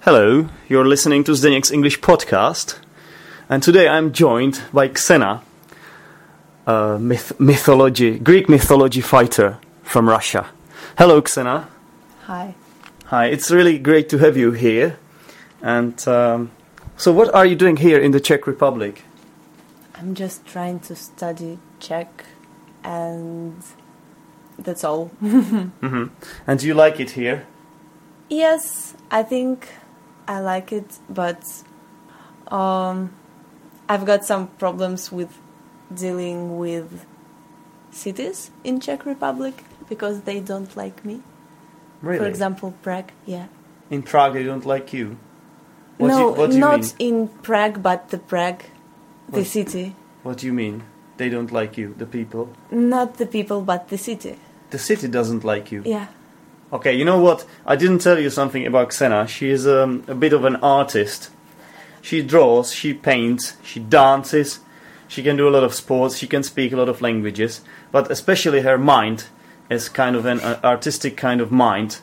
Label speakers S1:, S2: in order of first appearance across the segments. S1: Hello, you're listening to Zdeniak's English podcast, and today I'm joined by Xena, a myth- mythology, Greek mythology fighter from Russia. Hello, Xena.
S2: Hi.
S1: Hi, it's really great to have you here. And um, so, what are you doing here in the Czech Republic?
S2: I'm just trying to study Czech and that's all.
S1: hmm And do you like it here?
S2: yes, I think I like it, but um, I've got some problems with dealing with cities in Czech Republic because they don't like me.
S1: Really?
S2: For example, Prague, yeah.
S1: in Prague, they don't like you. What do
S2: no,
S1: you, what do you
S2: not
S1: mean?
S2: in Prague, but the Prague, the
S1: What?
S2: city.
S1: What do you mean? They don't like you, the people.
S2: Not the people, but the city.
S1: The city doesn't like you.
S2: Yeah.
S1: Okay, you know what? I didn't tell you something about Xena. She is um, a bit of an artist. She draws, she paints, she dances, she can do a lot of sports, she can speak a lot of languages, but especially her mind is kind of an uh, artistic kind of mind.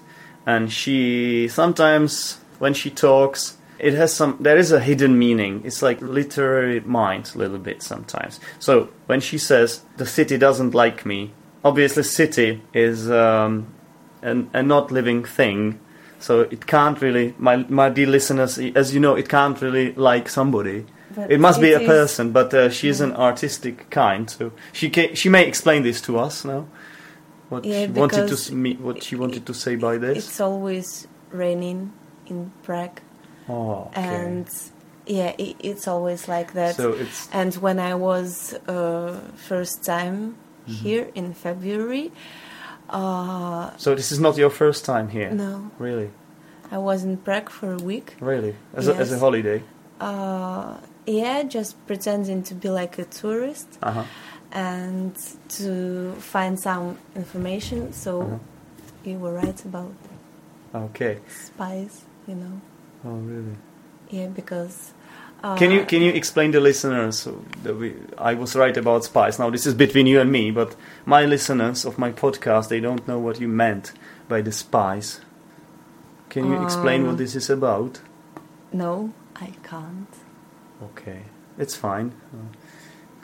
S1: And she sometimes, when she talks, it has some, there is a hidden meaning. It's like literary mind, a little bit sometimes. So when she says, the city doesn't like me, obviously, city is um, an, a not living thing. So it can't really, my my dear listeners, as you know, it can't really like somebody.
S2: But
S1: It must be a
S2: is-
S1: person, but uh, she is an artistic kind. So she ca she may explain this to us now. What
S2: Yeah,
S1: she wanted to
S2: because
S1: s- me, what she wanted to say by this.
S2: It's always raining in Prague,
S1: Oh, okay.
S2: and yeah, i it's always like that.
S1: so it's
S2: and when I was uh, first time
S1: Mm-hmm.
S2: here in February, uh,
S1: so this is not your first time here,
S2: no,
S1: really,
S2: I was in Prague for a week.
S1: really, as a, as a
S2: Yes.
S1: holiday.
S2: Uh, yeah, just pretending to be like a tourist
S1: Uh huh.
S2: and to find some information. So
S1: Uh-huh.
S2: you were right about
S1: Okay.
S2: spies, you know.
S1: Oh, really.
S2: Yeah, because. Uh,
S1: Can you can you explain to listeners that we, I was right about spies? Now this is between you and me, but my listeners of my podcast they don't know what you meant by the spies. Can you explain what
S2: Um.
S1: this is about?
S2: No, I can't.
S1: Okay, it's fine. Uh,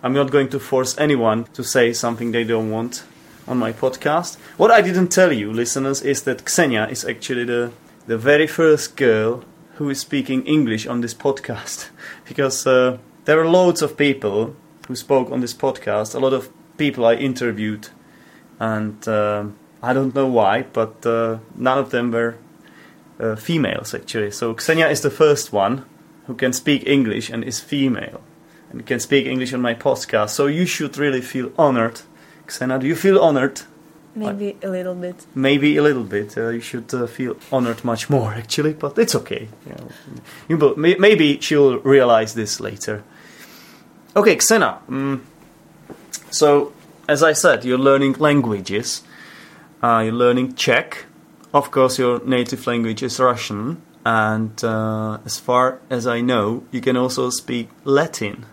S1: I'm not going to force anyone to say something they don't want on my podcast. What I didn't tell you, listeners, is that Xenia is actually the the very first girl who is speaking English on this podcast, because uh, there are loads of people who spoke on this podcast. A lot of people I interviewed, and um I don't know why, but uh, none of them were uh, females actually. So Xenia is the first one who can speak English and is female and can speak English on my podcast. So you should really feel honored. Xena, do you feel honored?
S2: Maybe a little bit.
S1: Maybe a little bit. Uh, you should uh, feel honored much more actually, but it's okay. You know, you will- may- maybe she'll realize this later. Okay, Xena. mm, so, as I said, you're learning languages. Uh, you're learning Czech. Of course, your native language is Russian. And uh, as far as I know, you can also speak Latin,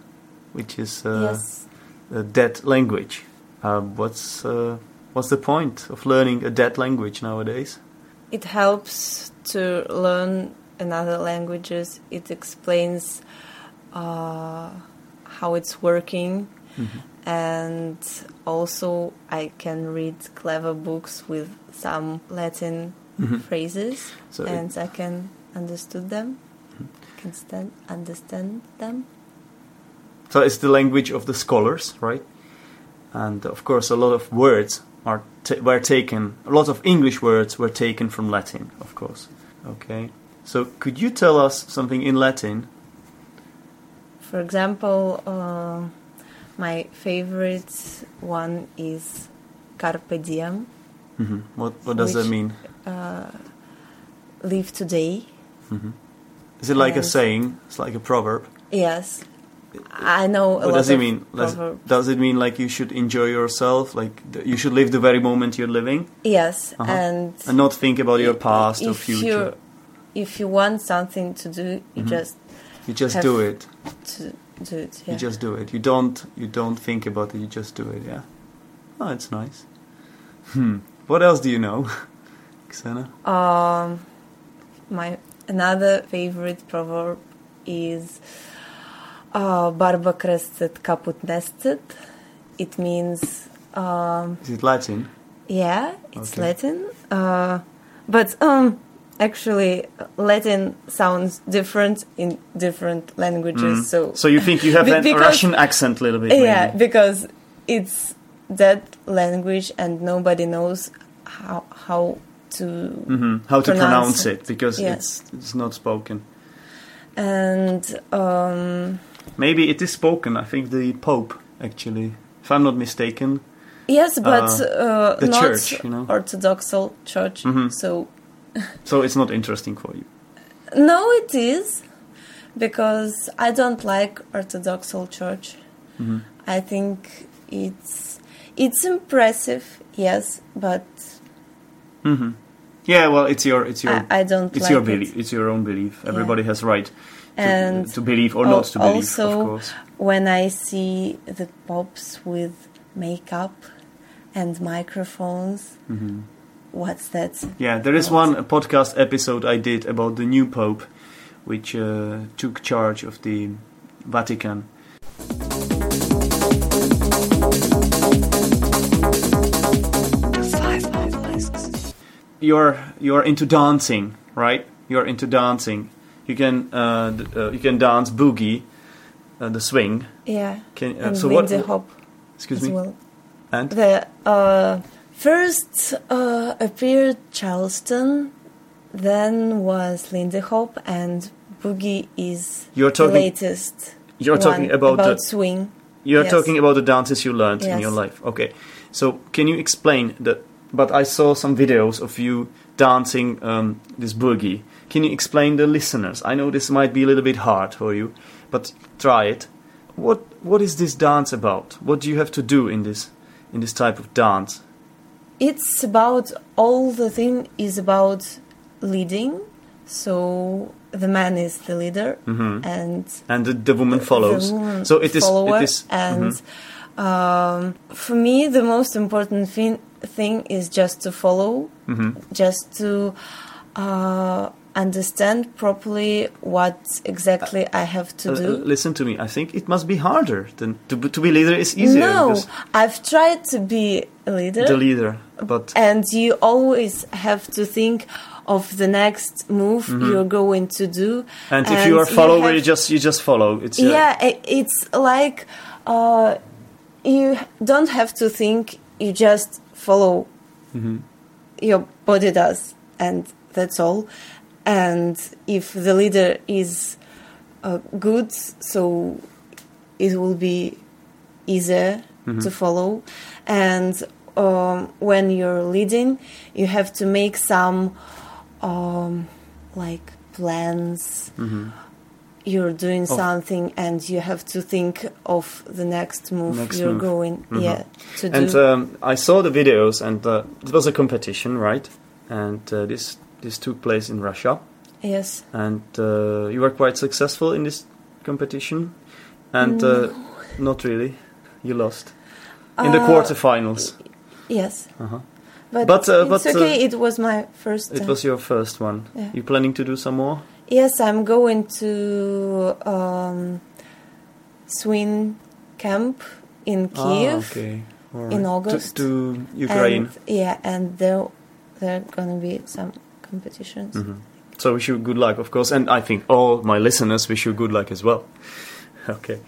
S1: which is uh,
S2: yes.
S1: a dead language. Uh, what's uh, what's the point of learning a dead language nowadays?
S2: It helps to learn another languages. It explains uh, how it's working.
S1: Mm-hmm.
S2: And also, I can read clever books with some Latin phrases,
S1: Mm-hmm. So it- Mm-hmm.
S2: and I can understood them. Can stand, understand them.
S1: So it's the language of the scholars, right? And of course, a lot of words are t- were taken. A lot of English words were taken from Latin, of course. Okay. So could you tell us something in Latin?
S2: For example, uh, my favorite one is Carpe Diem,
S1: hmm What What does that
S2: Which-
S1: mean?
S2: uh, live today.
S1: hmm Is it like a
S2: Yes.
S1: saying? It's like a proverb.
S2: Yes, I know a
S1: What
S2: lot
S1: does it
S2: of
S1: mean? Does-
S2: proverb-
S1: Does it mean like you should enjoy yourself? Like th- you should live the very moment you're living,
S2: Yes,
S1: Uh-huh.
S2: and
S1: and not think about your past or
S2: if you-
S1: future.
S2: If you want something to do, you
S1: Mhm.
S2: just
S1: You just
S2: have-
S1: do it.
S2: to do it. Yeah.
S1: You just do it. You don't you don't think about it. You just do it. Yeah. Oh, it's nice. Hmm. What else do you know, Xena?
S2: um, my Another favorite proverb is uh, "Barba crested, caput nested." It means um,
S1: Is it Latin?
S2: yeah, it's
S1: Okay.
S2: Latin, uh, but um, actually, Latin sounds different in different languages. So,
S1: Mm. So you think you have
S2: Be-
S1: a
S2: because-
S1: Russian accent a little bit?
S2: yeah,
S1: maybe.
S2: because it's that language, and nobody knows how how to
S1: Mhm. How to
S2: Pronounce
S1: pronounce
S2: it.
S1: it because
S2: Yeah.
S1: it's it's not spoken.
S2: and um,
S1: Maybe it is spoken. I think the Pope actually, if I'm not mistaken.
S2: yes, but uh,
S1: the
S2: not
S1: church, you know?
S2: orthodoxal church.
S1: Mhm.
S2: So
S1: So it's not interesting for you.
S2: no, it is because I don't like orthodoxal church.
S1: Mm-hmm.
S2: I think it's it's impressive, yes, but
S1: hmm Yeah, well, it's your it's your
S2: I, I don't
S1: it's
S2: like
S1: your
S2: it.
S1: belief. It's your own belief. Everybody has right to,
S2: And
S1: to believe or
S2: al-
S1: not to believe,
S2: also-
S1: of course.
S2: when I see the pops with makeup and microphones.
S1: hmm
S2: What's that?
S1: Yeah, there is
S2: Lots.
S1: one podcast episode I did about the new pope, which uh, took charge of the Vatican. You're you're into dancing, right? You're into dancing. You can uh, d- uh, you can dance boogie, uh, the swing.
S2: Yeah,
S1: Can, uh,
S2: and
S1: so what?
S2: Lindy Hop
S1: Excuse
S2: as
S1: me.
S2: well.
S1: And
S2: The uh, first uh, appeared Charleston, then was Lindy Hop, and Boogie is
S1: you're
S2: the
S1: talking
S2: latest.
S1: you're talking
S2: one
S1: about, the,
S2: swing.
S1: You're
S2: Yes.
S1: talking about the dances you learned in
S2: Yes.
S1: your life. Okay. So can you explain that? But I saw some videos of you dancing um, this boogie. Can you explain the listeners? I know this might be a little bit hard for you, but try it. What What is this dance about? What do you have to do in this in this type of dance?
S2: It's about all the thing is about leading. So the man is the leader,
S1: hmm
S2: and
S1: And the, the woman follows.
S2: the woman
S1: so it is.
S2: follower,
S1: It is. uh, mm-hmm.
S2: and um, for me the most important thing thing is just to follow
S1: mhm,
S2: just to uh, understand properly what exactly I have to
S1: mhm. Uh,
S2: do.
S1: listen to me. I think it must be harder than to be- to be leader is easier.
S2: no,
S1: because
S2: I've tried to be a leader,
S1: the leader, but
S2: and you always have to think of the next move you're going to do.
S1: Mm-hmm. And, if you are follower, you,
S2: have-
S1: just you just follow. It's uh,
S2: yeah, i it's like uh, you don't have to think; you just follow.
S1: Mm-hmm.
S2: Your body does, and that's all. And if the leader is uh, good, so it will be easier
S1: Mm-hmm.
S2: to follow. And um, when you're leading, you have to make some um, like plans.
S1: Mm-hmm.
S2: You're doing something, and you have to think of the next move
S1: Next
S2: you're
S1: move. Mm-hmm.
S2: going yeah to do.
S1: And um, I saw the videos, and uh, it was a competition, right? And uh, this this took place in Russia,
S2: yes,
S1: and uh, you were quite successful in this competition, and uh, not really, you lost in the
S2: Mm. Uh,
S1: quarterfinals.
S2: yes.
S1: Uh-huh.
S2: But,
S1: But, uh,
S2: it's
S1: but, uh,
S2: okay. it was my first.
S1: It
S2: time.
S1: was your first one.
S2: Yeah.
S1: You planning to do some more?
S2: Yes, I'm going to um, swim camp in Kiev.
S1: Ah, okay. All
S2: in
S1: To-
S2: August.
S1: to, Ukraine.
S2: And, yeah, and there there are gonna be some competitions.
S1: Mhm. So wish you good luck, of course, and I think all my listeners wish you good luck as well. okay,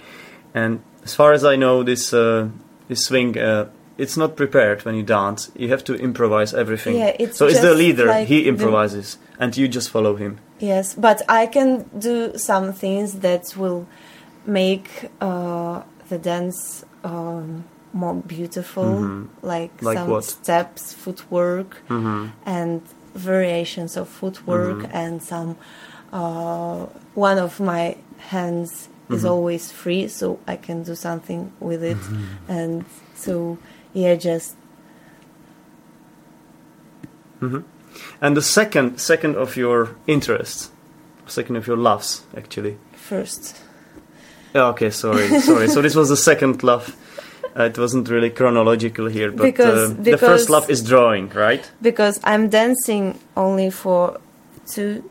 S1: and as far as I know, this uh, this swing uh, it's not prepared when you dance. You have to improvise everything.
S2: Yeah, it's
S1: so it's the
S2: just
S1: leader.
S2: like
S1: he
S2: the-
S1: improvises, and you just follow him.
S2: Yes, but I can do some things that will make uh, the dance um, more beautiful,
S1: Mhm.
S2: like,
S1: Like
S2: some
S1: what?
S2: steps, footwork,
S1: Mm-hmm.
S2: and variations of footwork
S1: Mhm.
S2: and some uh, one of my hands is
S1: Mhm.
S2: always free so i can do something with it and so yeah just
S1: hmm And the second second of your interests, second of your loves, actually.
S2: first
S1: Yeah, Okay, sorry, sorry. So this was the second love. Uh, it wasn't really chronological here, but
S2: Because-
S1: uh, the first
S2: because-
S1: love is drawing, right?
S2: because i'm dancing only for two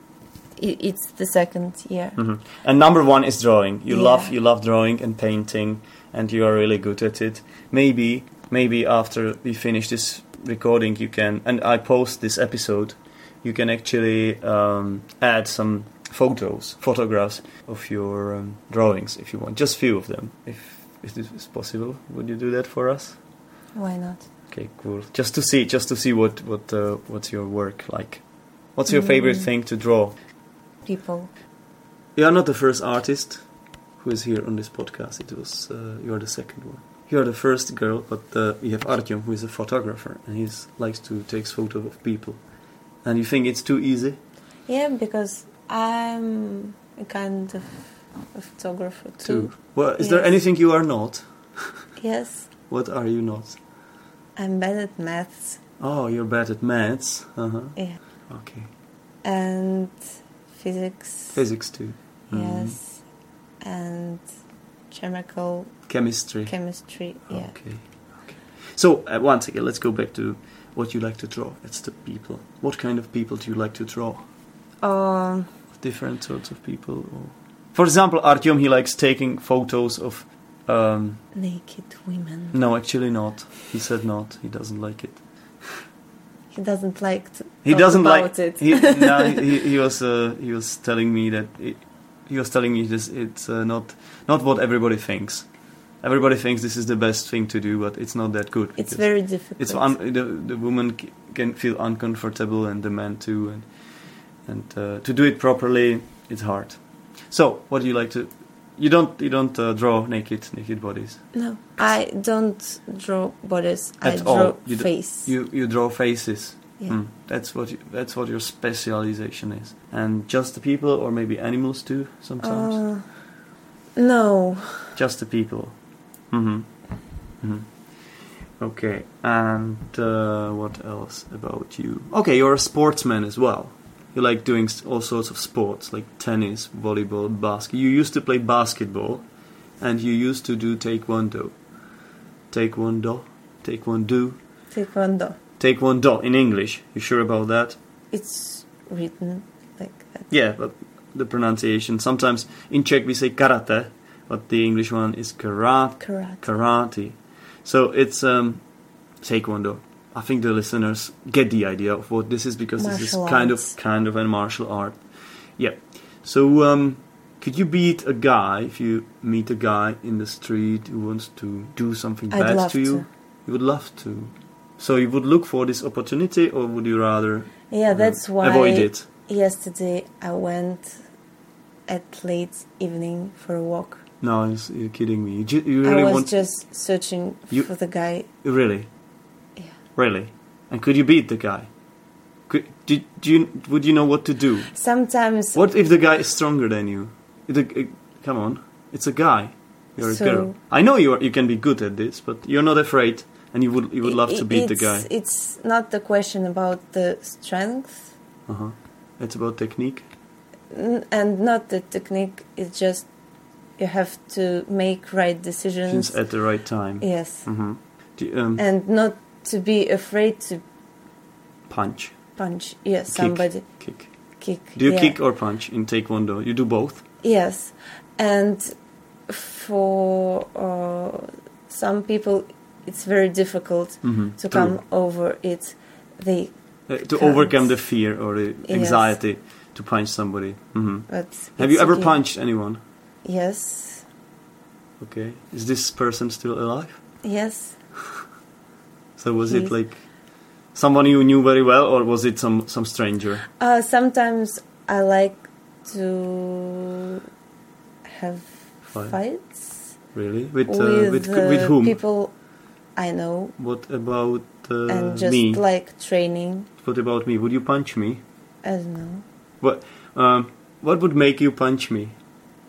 S2: i- it's the second year.
S1: Mhm. And number one is drawing. You
S2: Yeah.
S1: love you love drawing and painting, and you are really good at it. Maybe maybe after we finish this recording, you can and I post this episode, you can actually um, add some photos, photographs of your um, drawings if you want, just few of them. If if this is possible, would you do that for us?
S2: Why not?
S1: Okay, cool. Just to see, just to see what what uh, what's your work like. What's your favorite
S2: Mm.
S1: thing to draw?
S2: People.
S1: You are not the first artist who is here on this podcast. It was uh, you are the second one. You are the first girl, but uh, we have Artyom, who is a photographer, and he likes to take photos of people. And you think it's too easy?
S2: Yeah, because I'm a kind of a photographer too.
S1: Well, is there
S2: Yes.
S1: anything you are not?
S2: Yes,
S1: What are you not?
S2: I'm bad at maths.
S1: Oh, you're bad at maths. Uh huh.
S2: Yeah.
S1: Okay.
S2: And physics.
S1: Physics mm-hmm. too. Mhm.
S2: Yes. And chemical
S1: Chemistry.
S2: chemistry. Yeah.
S1: Okay. okay. So uh, once again, let's go back to what you like to draw. It's the people. What kind of people do you like to draw?
S2: Um,
S1: different sorts of people. Or... For example, Artyom he likes taking photos of. Um,
S2: naked women.
S1: no, actually not. He said not. He doesn't like it.
S2: He doesn't like to.
S1: He
S2: talk
S1: doesn't
S2: about
S1: like
S2: it.
S1: He, no, he, he was uh, he was telling me that it, he was telling me this. It's uh, not not what everybody thinks. Everybody thinks this is the best thing to do, but it's not that good.
S2: it's
S1: because
S2: very difficult.
S1: It's un- the the woman c- can feel uncomfortable and the man too, and and uh, to do it properly, it's hard. So, what do you like to? You don't you don't uh, draw naked naked bodies.
S2: no, I don't draw bodies. I
S1: At all.
S2: draw
S1: You d-
S2: face.
S1: You you draw faces.
S2: yeah.
S1: Mm, that's what you, that's what your specialization is. And just the people, or maybe animals too. Sometimes
S2: Uh, no.
S1: just the people. hmm hmm Okay. And uh, what else about you? Okay, you're a sportsman as well. You like doing s- all sorts of sports, like tennis, volleyball, basket. You used to play basketball, and you used to do taekwondo. Taekwondo, taekwondo,
S2: Taekwondo.
S1: taekwondo in English. You sure about that?
S2: It's written like that.
S1: Yeah, but the pronunciation. Sometimes in Czech we say karate, but the English one is karate.
S2: Correct.
S1: Karate. So it's um, taekwondo. I think the listeners get the idea of what this is because this is
S2: Martial
S1: kind
S2: arts.
S1: of kind of a martial art. Yeah. So um, could you beat a guy if you meet a guy in the street who wants to do something
S2: I'd
S1: bad
S2: love
S1: to you?
S2: to.
S1: You would love to. So you would look for this opportunity, or would you rather
S2: Yeah,
S1: uh,
S2: that's why.
S1: avoid it?
S2: Yesterday I went at late evening for a walk.
S1: No, it's- you're kidding me. You, ju- you really
S2: I was
S1: want
S2: just searching
S1: You-
S2: for the guy.
S1: really,
S2: Yeah.
S1: really, and could you beat the guy? Could, did, do you would you know what to do?
S2: Sometimes
S1: What if the guy is stronger than you? The, uh, come on, it's a guy. You're
S2: So-
S1: a girl. I know you are, you can be good at this, but you're not afraid, and you would you would love
S2: i-
S1: to beat the
S2: it's-
S1: guy.
S2: It's not the question about the strength
S1: Uh huh. It's about technique.
S2: n- and not the technique. It's just you have to make right decisions.
S1: It's at the right time.
S2: Yes, Uh,
S1: Mm-hmm. Do, um,
S2: and not to be afraid to
S1: punch,
S2: punch. Yes, somebody
S1: kick.
S2: kick.
S1: Do you
S2: yeah.
S1: kick or punch in taekwondo? You do both.
S2: Yes, and for uh, some people, it's very difficult
S1: Mm-hmm.
S2: to come over it. They
S1: Uh, to
S2: Can't.
S1: overcome the fear or the
S2: Yes.
S1: anxiety to punch somebody. hmm
S2: but
S1: Have
S2: it's
S1: you ever
S2: okay.
S1: punched anyone?
S2: Yes,
S1: Okay. Is this person still alive?
S2: yes.
S1: So was
S2: He's-
S1: it like someone you knew very well, or was it some some stranger?
S2: Uh, sometimes I like to have
S1: Fight.
S2: fights
S1: Really? With
S2: with,
S1: uh, with
S2: uh,
S1: with whom?
S2: people I know,
S1: What about uh,
S2: and just
S1: me?
S2: like training.
S1: What about me? Would you punch me?
S2: I don't know.
S1: Um, what would make you punch me?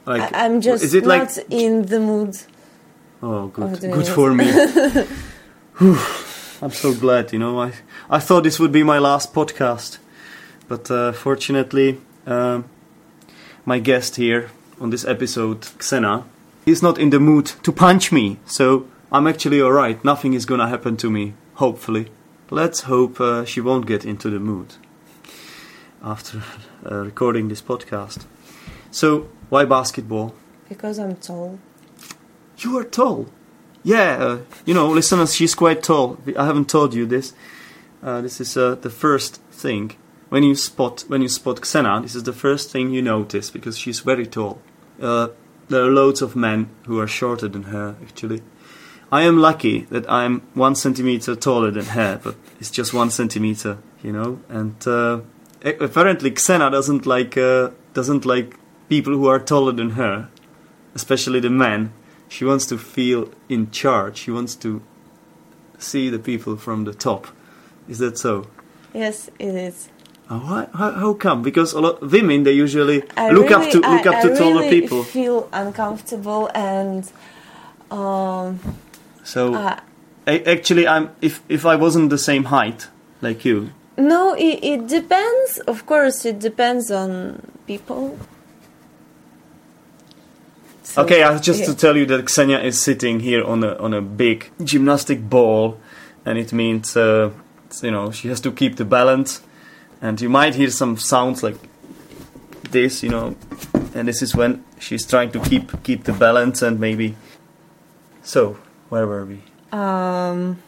S1: Like
S2: I, I'm just
S1: is it like-
S2: not in the mood.
S1: Oh, good,
S2: doing
S1: good
S2: this.
S1: for me. Whew. I'm so glad. You know, I I thought this would be my last podcast, but uh, fortunately, um, my guest here on this episode, Xena, is not in the mood to punch me. So I'm actually all right. Nothing is gonna happen to me. Hopefully, let's hope uh, she won't get into the mood. after uh, recording this podcast. So, why basketball?
S2: Because I'm tall.
S1: You are tall. Yeah, uh, you know, listeners, she's quite tall. I haven't told you this. Uh, this is uh, the first thing when you spot when you spot Xena. This is the first thing you notice because she's very tall. Uh, there are loads of men who are shorter than her. Actually, I am lucky that I'm one centimeter taller than her, but it's just one centimeter, you know. And uh, a- apparently, Xena doesn't like uh, doesn't like people who are taller than her, especially the men. She wants to feel in charge. She wants to see the people from the top. Is that so?
S2: Yes, it is.
S1: Oh, why, how, how come? Because a lot women they usually
S2: I
S1: look
S2: really,
S1: up to look
S2: I,
S1: up
S2: I
S1: to taller
S2: really
S1: people.
S2: feel uncomfortable and um,
S1: So
S2: uh,
S1: I, actually, I'm if if I wasn't the same height like you,
S2: no, it, it depends. Of course, it depends on people. So-
S1: okay, I just
S2: yeah.
S1: to tell you that Xenia is sitting here on a on a big gymnastic ball, and it means uh, it's, you know she has to keep the balance, and you might hear some sounds like this, you know, and this is when she's trying to keep keep the balance and maybe. So where were we?
S2: um,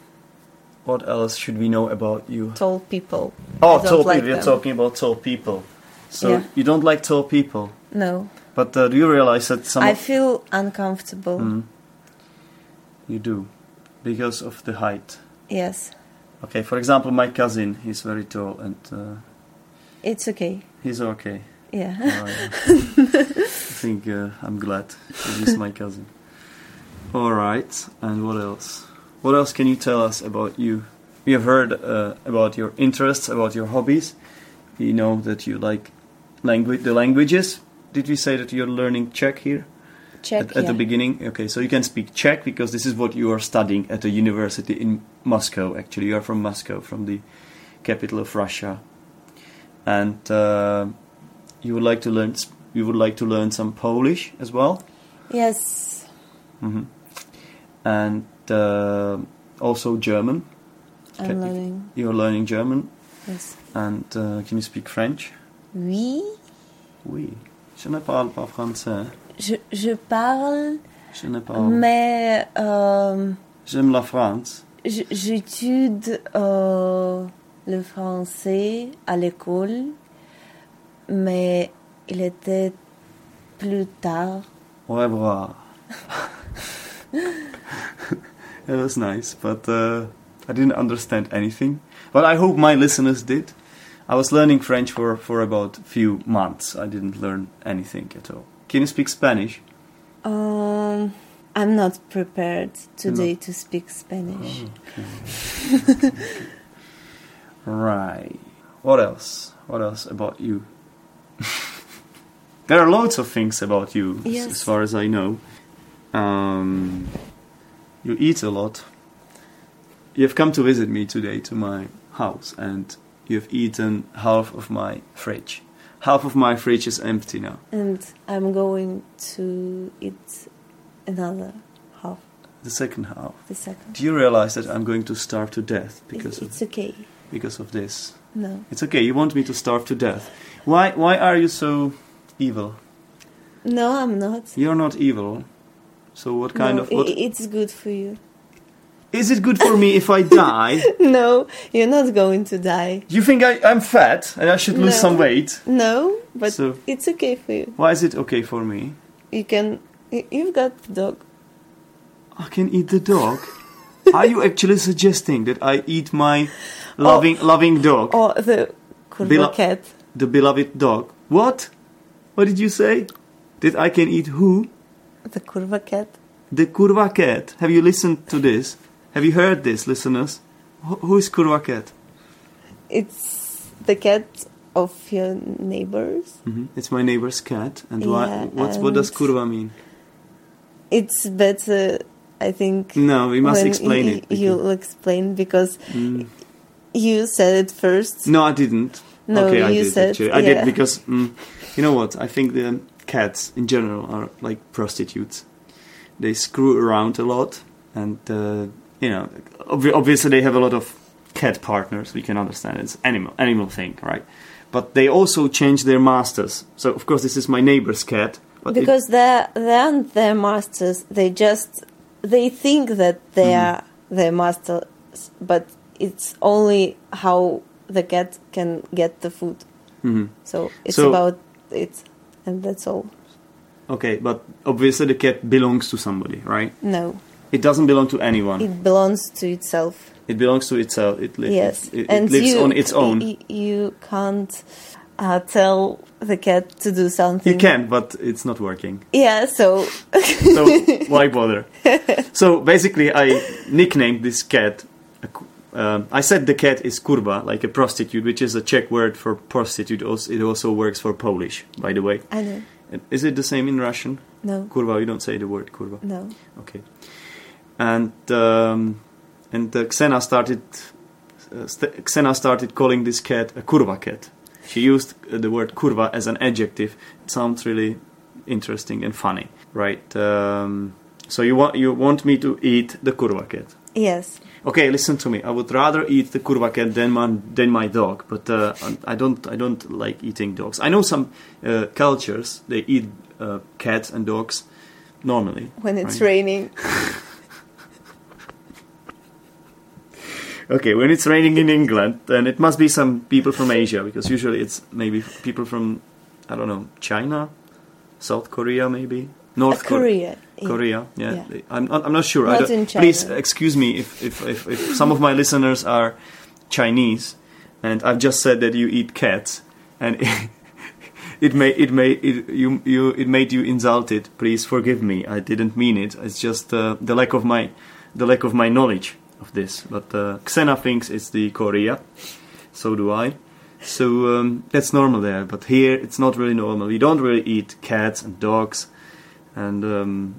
S1: What else should we know about you?
S2: tall people.
S1: Oh,
S2: I don't
S1: tall
S2: like
S1: people. You're
S2: them.
S1: talking about tall people. So
S2: Yeah.
S1: you don't like tall people,
S2: No,
S1: but uh, do you realize that some
S2: I
S1: of-
S2: feel uncomfortable.
S1: Mm. Mm-hmm. you do because of the height.
S2: Yes,
S1: Okay, for example, my cousin, he's very tall and uh,
S2: it's okay.
S1: he's okay.
S2: Yeah.
S1: I think uh, I'm glad that he's my cousin. All right, and what else? What else can you tell us about you? We have heard uh, about your interests, about your hobbies. We know that you like language, the languages. Did we say that you're learning Czech here
S2: Check.
S1: at, at the
S2: yeah.
S1: beginning? Okay, so you can speak Czech because this is what you are studying at the university in Moscow. Actually, you are from Moscow, from the capital of Russia, and uh, you would like to learn. s- You would like to learn some Polish as well.
S2: Yes.
S1: hmm And uh, also German.
S2: I'm
S1: Okay.
S2: learning.
S1: You're learning German.
S2: Yes.
S1: And uh, can you speak French?
S2: Oui,
S1: Oui. Je ne parle pas français.
S2: je, je parle,
S1: Je ne parle.
S2: mais euh,
S1: J'aime la France.
S2: je- j'étudie euh, le français à l'école, mais il était plus tard.
S1: Au revoir. it was nice, but uh, I didn't understand anything. But I hope my listeners did. I was learning French for, for about few months. I didn't learn anything at all. Can you speak Spanish?
S2: Um, I'm not prepared today
S1: You're
S2: to speak Spanish.
S1: Ah. Right. What else? What else about you? there are loads of things about you, as-
S2: Yes.
S1: as far as I know. Um, you eat a lot. You have come to visit me today to my house, and you have eaten half of my fridge. Half of my fridge is empty now.
S2: And I'm going to eat another half,
S1: The second half.
S2: the second.
S1: Do you realize that I'm going to starve to death because
S2: it's
S1: of,
S2: okay.
S1: because of this?
S2: No,
S1: It's okay. You want me to starve to death. Why? Why are you so evil?
S2: no, I'm not.
S1: You're not evil. So what kind
S2: No,
S1: of what
S2: i- it's good for you.
S1: is it good for me if I die?
S2: No, you're not going to die.
S1: You think I, I'm fat and I should lose
S2: No.
S1: some weight?
S2: No, but
S1: so
S2: it's okay for you.
S1: why is it okay for me?
S2: You can. y- You've got dog.
S1: I can eat the dog. are you actually suggesting that I eat my loving
S2: Oh.
S1: loving dog,
S2: or the
S1: Bila-
S2: kurva cat.
S1: the beloved dog? What? What did you say? That I can eat who?
S2: The kurva cat.
S1: The kurva cat. Have you listened to this? Have you heard this, listeners? Wh- who is kurva cat?
S2: It's the cat of your neighbors.
S1: It's my neighbor's cat. And why?
S2: Yeah,
S1: What's, what does
S2: and-
S1: kurva mean?
S2: It's better, I think.
S1: No, Mm, we must
S2: when
S1: explain
S2: y-
S1: it. mm.
S2: y- You'll explain because you said it first.
S1: No, I didn't.
S2: No,
S1: Mm. okay, I
S2: you
S1: did
S2: said-
S1: actually. I did
S2: yeah.
S1: because mm, you know what? I think the cats in general are like prostitutes. They screw around a lot, and uh, you know, obvi- obviously they have a lot of cat partners. We can understand it's animal animal thing, right? But they also change their masters. So of course this is my neighbor's cat. But it-
S2: because they they aren't their masters. They just they think that they
S1: Hmm.
S2: are their masters, but it's only how the cat can get the food.
S1: Mhm.
S2: So it's
S1: So-
S2: about it, and that's all.
S1: okay, but obviously the cat belongs to somebody, right?
S2: No,
S1: It doesn't belong to anyone. It,
S2: it belongs to itself.
S1: belongs to itself. Um, It, li-
S2: yes,
S1: it, it, it lives
S2: you-
S1: on its own.
S2: y- you can't uh, tell the cat to do something.
S1: you can, but it's not working.
S2: Yeah. So
S1: So why bother? So basically, I nicknamed this cat. a cu- Um, I said the cat is kurba, like a prostitute, which is a Czech word for prostitute. Also- It also works for Polish, by the way.
S2: I know.
S1: And Is it the same in Russian?
S2: No.
S1: Kurva, you don't say the word kurva.
S2: No.
S1: Okay. And um, and uh, Xena started uh, st- Xena started calling this cat a kurva cat. She used uh, the word kurva as an adjective. It sounds really interesting and funny, right? Um, so you want you want me to eat the kurva cat?
S2: Yes.
S1: Okay, listen to me. I would rather eat the kurva cat than my, than my dog, but uh, I don't I don't like eating dogs. I know some uh, cultures they eat uh, cats and dogs normally
S2: When it's
S1: right?
S2: raining.
S1: Okay, when it's raining in England, then it must be some people from Asia because usually it's maybe people from I don't know China, South Korea, maybe North Kor-
S2: Korea. yeah.
S1: Korea, yeah.
S2: Yeah.
S1: They- I'm not. I'm not sure. I
S2: Not
S1: don't-
S2: in China.
S1: Please excuse me if, if, if, if some of my listeners are Chinese, and I've just said that you eat cats, and it, may it may it, you you it made you insulted. Please forgive me. I didn't mean it. It's just uh, the lack of my the lack of my knowledge of this. But uh, Xena thinks it's the Korea. So do I. So um, that's normal there, but here it's not really normal. You don't really eat cats and dogs, and um,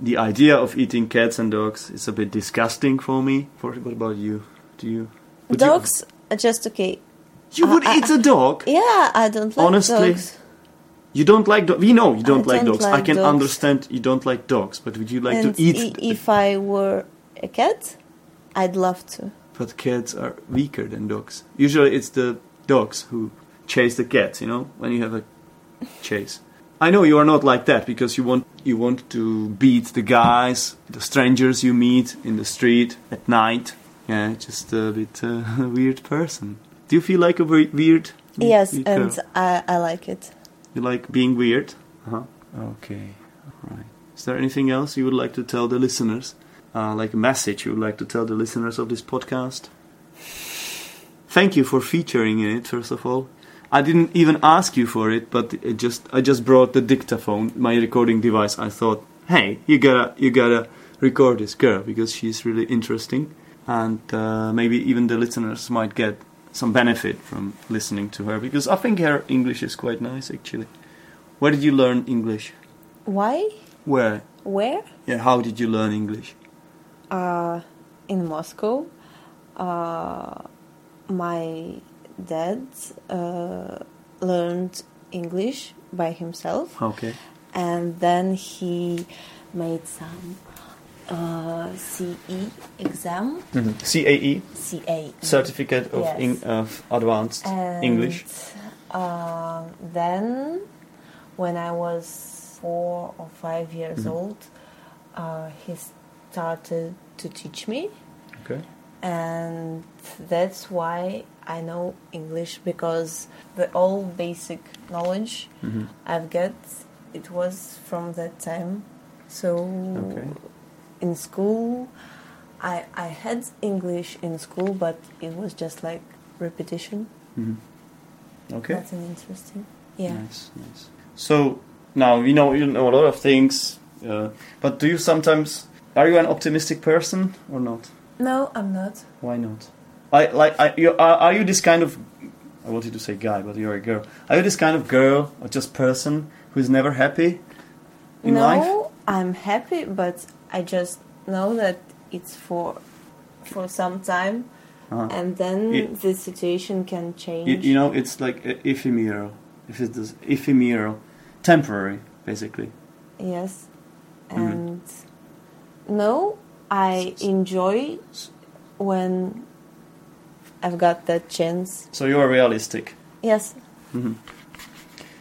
S1: the idea of eating cats and dogs is a bit disgusting for me. For what about you? Do you? would you-
S2: Dogs are just okay.
S1: You, would
S2: I-
S1: eat a dog.
S2: Yeah, I don't like
S1: Honestly,
S2: dogs.
S1: You don't like dogs. We know you don't
S2: I
S1: like
S2: don't
S1: dogs. I
S2: like
S1: can
S2: dogs.
S1: understand you don't like dogs, but would you like
S2: and
S1: to eat?
S2: i-
S1: th-
S2: if I were a cat, I'd love to.
S1: But cats are weaker than dogs. Usually it's the dogs who chase the cats, you know, when you have a chase. I know you are not like that because you want you want to beat the guys, the strangers you meet in the street at night. Yeah, just a bit uh, weird person. Do you feel like a we- weird?
S2: Yes,
S1: weird girl?
S2: and I, I like it.
S1: you like being weird. Uh-huh. Okay, right. Is there anything else you would like to tell the listeners? Uh, like a message you would like to tell the listeners of this podcast? Thank you for featuring in it. First of all, I didn't even ask you for it, but it just I just brought the dictaphone, my recording device. I thought, hey, you gotta you gotta record this girl because she's really interesting, and uh, maybe even the listeners might get some benefit from listening to her because I think her English is quite nice actually. Where did you learn English?
S2: Why?
S1: Where?
S2: Where?
S1: Yeah, how did you learn English?
S2: Uh, in Moscow. Uh, my dad uh, learned English by himself.
S1: Okay.
S2: and then he made some uh, CE exam, E.
S1: CAE
S2: CA
S1: E, certificate of
S2: Yes.
S1: Eng- of advanced
S2: And,
S1: English.
S2: um, then, when I was four or five years
S1: Mm-hmm.
S2: old, uh, he started to teach me,
S1: Okay.
S2: and that's why I know English because the all basic knowledge
S1: Mhm.
S2: I've got it was from that time. So
S1: Okay.
S2: in school, I I had English in school, but it was just like repetition.
S1: Mm-hmm. Okay.
S2: That's an interesting. Yeah.
S1: Nice, nice. So now you know you know a lot of things, uh, but do you sometimes are you an optimistic person or not?
S2: No, I'm not.
S1: Why not? I like I, you, are, are you this kind of I wanted to say guy, but you're a girl. Are you this kind of girl or just person who is never happy in
S2: no,
S1: life?
S2: I'm happy, but I just know that it's for for some time,
S1: Uh-huh.
S2: and then
S1: It-
S2: the situation can change.
S1: You, you know, it's like uh, ephemeral. If it's this ephemeral, temporary, basically.
S2: Yes.
S1: Mhm.
S2: And no, I
S1: S- s-
S2: enjoy
S1: s-
S2: when I've got that chance.
S1: So you're realistic.
S2: Yes,
S1: Mhm.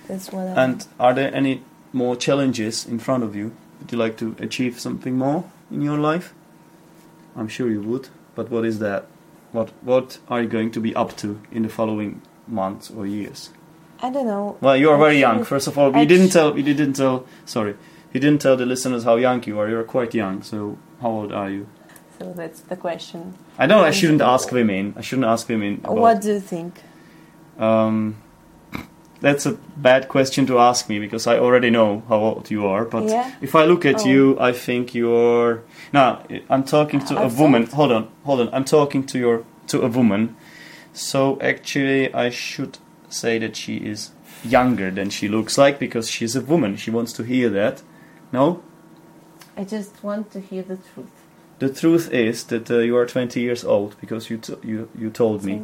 S2: that's what I want.
S1: And are there any more challenges in front of you? Would you like to achieve something more in your life? I'm sure you would, but what is that? What what are you going to be up to in the following months or years?
S2: I don't know.
S1: Well, you are very young.
S2: Actually-
S1: First of all, you didn't tell you didn't tell sorry, you didn't tell the listeners how young you are. You're quite young. So how old are you?
S2: So that's the question.
S1: I know I shouldn't ask women. I shouldn't ask women. About,
S2: What do you think?
S1: Um, that's a bad question to ask me because I already know how old you are. But
S2: Yeah?
S1: if I look at
S2: Oh.
S1: you, I think you're. Now I'm talking to a
S2: I've
S1: woman. Hold on, hold on. I'm talking to your to a woman. So actually, I should say that she is younger than she looks like because she's a woman. She wants to hear that. No,
S2: I just want to hear the truth.
S1: the truth is that uh, you are 20 years old because you t- you you told me.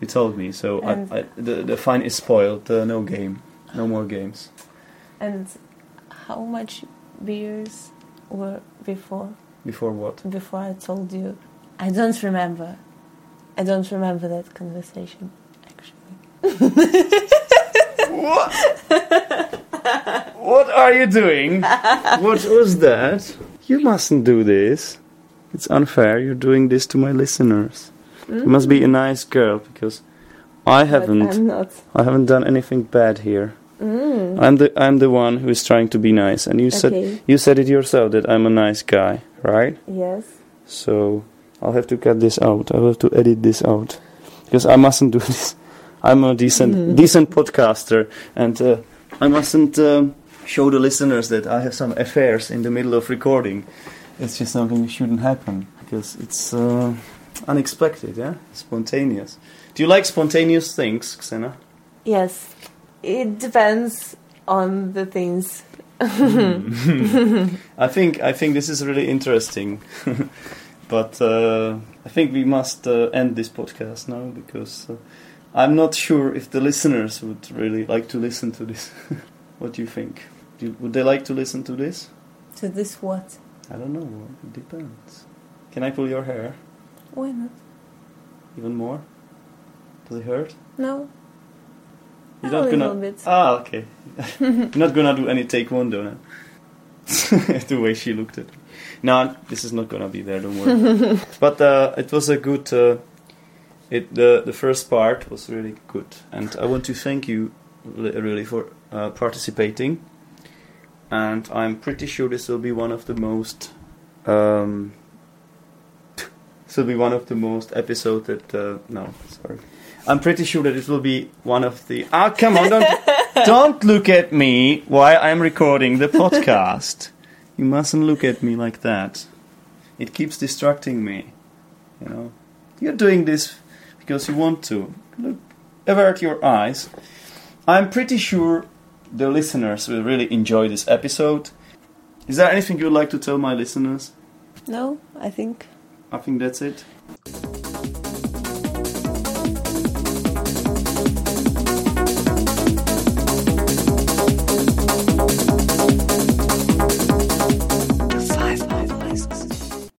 S1: You told me, so I,
S2: And-
S1: I, the the fun is spoiled. Uh, no game, no more games.
S2: And how much beers were before?
S1: Before what?
S2: Before I told you, I don't remember. I don't remember that conversation. Actually,
S1: What? what are you doing? what was that? You mustn't do this. It's unfair. You're doing this to my listeners. You must be a nice girl because I haven't.
S2: Mm. But I'm not.
S1: I haven't done anything bad here. I'm the I'm the one who is trying to be nice, and you
S2: Okay.
S1: said you said it yourself that I'm a nice guy, right?
S2: Yes.
S1: So I'll have to cut this out. I'll have to edit this out because I mustn't do this. I'm a decent decent podcaster, and uh, I mustn't um, show the listeners that I have some affairs in the middle of recording. It's just something that shouldn't happen because it's uh, unexpected, yeah, spontaneous. Do you like spontaneous things, Xena?
S2: Yes. It depends on the things.
S1: I think I think this is really interesting, but uh, I think we must uh, end this podcast now because uh, I'm not sure if the listeners would really like to listen to this. what do you think? Do you- would they like to listen to this?
S2: To this what?
S1: I don't know. It depends. Can I pull your hair
S2: Why not?
S1: even more? Does it hurt?
S2: No.
S1: You're
S2: a
S1: not
S2: little
S1: gonna.
S2: bit.
S1: Ah, okay. You're not gonna do any take one though. No? the way she looked at me. No, this is not gonna be there. Don't worry. but uh, it was a good. Uh, it the the first part was really good, and I want to thank you li- really for uh, participating. And I'm pretty sure this will be one of the most. Um, this will be one of the most episode that. Uh, no, sorry. I'm pretty sure that it will be one of the. Ah, come on! Don't don't look at me while I'm recording the podcast. you mustn't look at me like that. It keeps distracting me. You know, you're doing this because you want to. Look, avert your eyes. I'm pretty sure the listeners will really enjoy this episode. Is there anything you'd like to tell my listeners?
S2: No, I think.
S1: I think that's it.